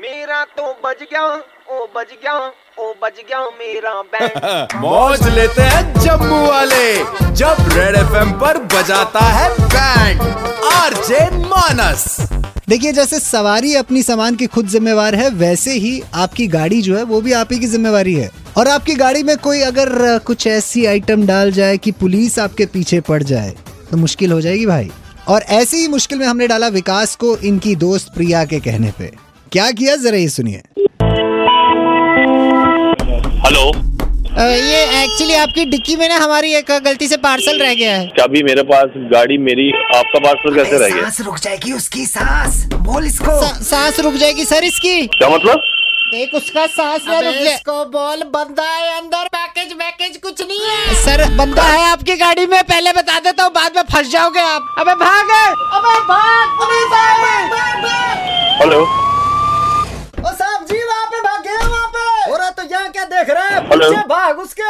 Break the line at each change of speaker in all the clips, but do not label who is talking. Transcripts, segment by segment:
मेरा तो बज गया ओ बज गया ओ बज गया मेरा बैंड
मौज लेते हैं जम्मू वाले जब रेड एफएम पर बजाता है बैंड आरजे मानस
देखिए जैसे सवारी अपनी सामान की खुद जिम्मेवार है वैसे ही आपकी गाड़ी जो है वो भी आप ही की जिम्मेवारी है और आपकी गाड़ी में कोई अगर अ, कुछ ऐसी आइटम डाल जाए कि पुलिस आपके पीछे पड़ जाए तो मुश्किल हो जाएगी भाई और ऐसी ही मुश्किल में हमने डाला विकास को इनकी दोस्त प्रिया के कहने पे क्या किया जरा ये सुनिए
हेलो
अ, ये एक्चुअली आपकी डिक्की में ना हमारी एक गलती से पार्सल रह गया है
चाबी मेरे पास गाड़ी मेरी आपका पार्सल कैसे रह गया
सांस रुक जाएगी उसकी सांस बोल इसको
सा- सांस रुक जाएगी सर इसकी
क्या मतलब
देख उसका सांस ना रुक जाए इसको बोल बंदा है अंदर पैकेज पैकेज कुछ नहीं है
अच्छा।
सर बंदा है आपकी गाड़ी में पहले बता देता हूँ बाद में फंस जाओगे आप अबे भाग अबे भाग पुलिस आ रही है।
हेलो
ओ साहब जी वहाँ पे भाग गया वहाँ पे और तो यहाँ क्या देख रहे हैं
हेलो।
पीछे भाग उसके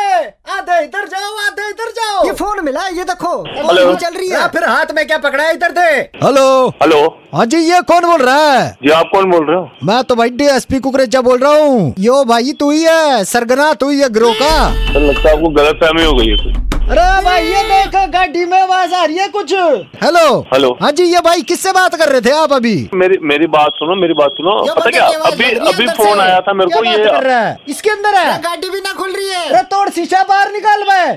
आधे इधर जाओ आधे इधर जाओ ये फोन मिला है, ये देखो
हेलो।
फोन चल रही है फिर हाथ में क्या पकड़ा है इधर दे
हेलो
हेलो
हाँ जी ये कौन बोल रहा है
जी आप कौन बोल रहे हो
मैं तो भाई डी एस पी कुकरेजा बोल रहा हूँ यो भाई तू ही है सरगना तू ही है ग्रो का
सर लगता है आपको गलत फहमी हो गई है कुछ
अरे भाई ये देख गाड़ी में आवाज आ रही है कुछ ये
हेलो
हेलो।
हाँ जी ये भाई किससे बात कर रहे थे आप अभी
मेरी मेरी बात सुनो मेरी बात सुनो
ये
पता
बंदे
क्या
की आवाज़
अभी
लग रही है
अभी
अंदर
फोन
से।
आया था मेरे को
बात
ये
कर रहा है इसके अंदर है
गाड़ी भी ना खुल रही है
अरे तोड़ शीशा बाहर निकाल मैं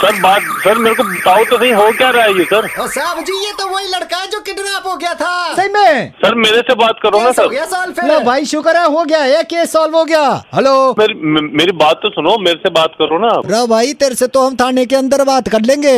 सर बात सर मेरे को बताओ तो सही हो क्या रहा है ये सर
ओ साहब जी ये तो वही लड़का है जो किडनैप हो गया था सही में
सर मेरे से बात करो ना तो सर
लो भाई शुक्र है हो गया ये केस सॉल्व हो गया
हेलो
मेरी मे- मेरी बात तो सुनो मेरे से बात करो ना आप
रो भाई तेरे से तो हम थाने के अंदर बात कर लेंगे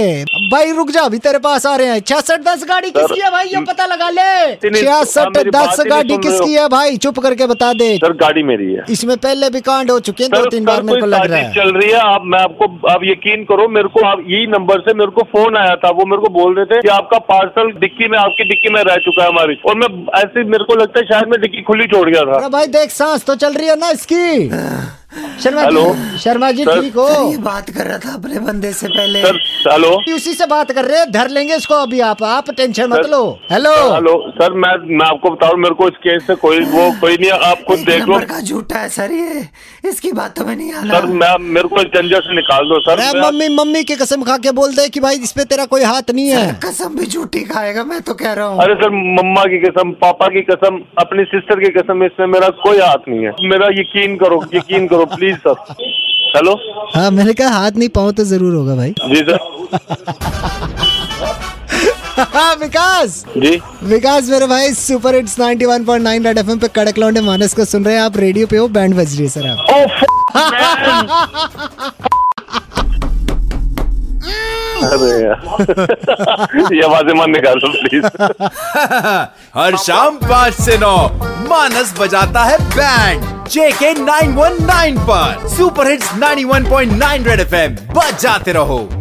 भाई रुक जा अभी तेरे पास आ रहे हैं छियासठ दस गाड़ी
सर,
किसकी है भाई ये पता लगा ले
इतनी- आप
छियासठ
मेरी बात
दस
ही नहीं
गाड़ी
सुन रहे
किसकी
हो।
है भाई चुप करके बता दे
सर गाड़ी मेरी है
इसमें पहले भी कांड हो चुके हैं
सर
दो तीन
सर
बार मेरे
कोई
को लग रहा
साजिश
है
चल रही है आप मैं आपको आप यकीन करो मेरे को आप यही नंबर से मेरे को फोन आया था वो मेरे को बोल रहे थे कि आपका पार्सल डिक्की में आपकी डिक्की में रह चुका है हमारी और मैं ऐसे मेरे को लगता है शायद मैं डिक्की खुली छोड़ गया था
अरे भाई देख सांस तो चल रही है ना इसकी शर्मा
हेलो।
जी शर्मा जी
सर।
ठीक हो
ये बात कर रहा था अपने बंदे से पहले
सर हेलो
उसी से बात कर रहे हैं धर लेंगे इसको अभी आप आप टेंशन मत
सर।
लो हेलो
हेलो सर मैं मैं आपको बता रहा हूँ मेरे को इस केस से कोई वो कोई नहीं है, आप खुद
एक
देख लो
नंबर का झूठा है सर ये इसकी बातों में नहीं आना
सर मैं मेरे को इस झंझट से निकाल दो सर
अरे
मैं-
मम्मी मम्मी की कसम खा के बोल दे कि भाई इस पे तेरा कोई हाथ नहीं है
कसम भी झूठी खाएगा मैं तो कह रहा हूँ
अरे सर मम्मा की कसम पापा की कसम अपनी सिस्टर की कसम इसमें मेरा कोई हाथ नहीं है मेरा यकीन करो यकीन करो प्लीज सर हेलो
हाँ मैंने कहा हाथ नहीं पाओ तो जरूर होगा भाई
जी सर
हाँ विकास
जी
विकास मेरे भाई सुपर हिट्स 91.9 रेड एफएम पे कड़क लौंडे मानस को सुन रहे हैं आप रेडियो पे हो बैंड बज रही है सर आप
Oh, f- man. अरे यार। ये आवाजें मान निकालो प्लीज
हर शाम पाँच से नौ मानस बजाता है बैंड जेके 919 पर सुपर हिट्स 91.9 रेड एफएम बजाते रहो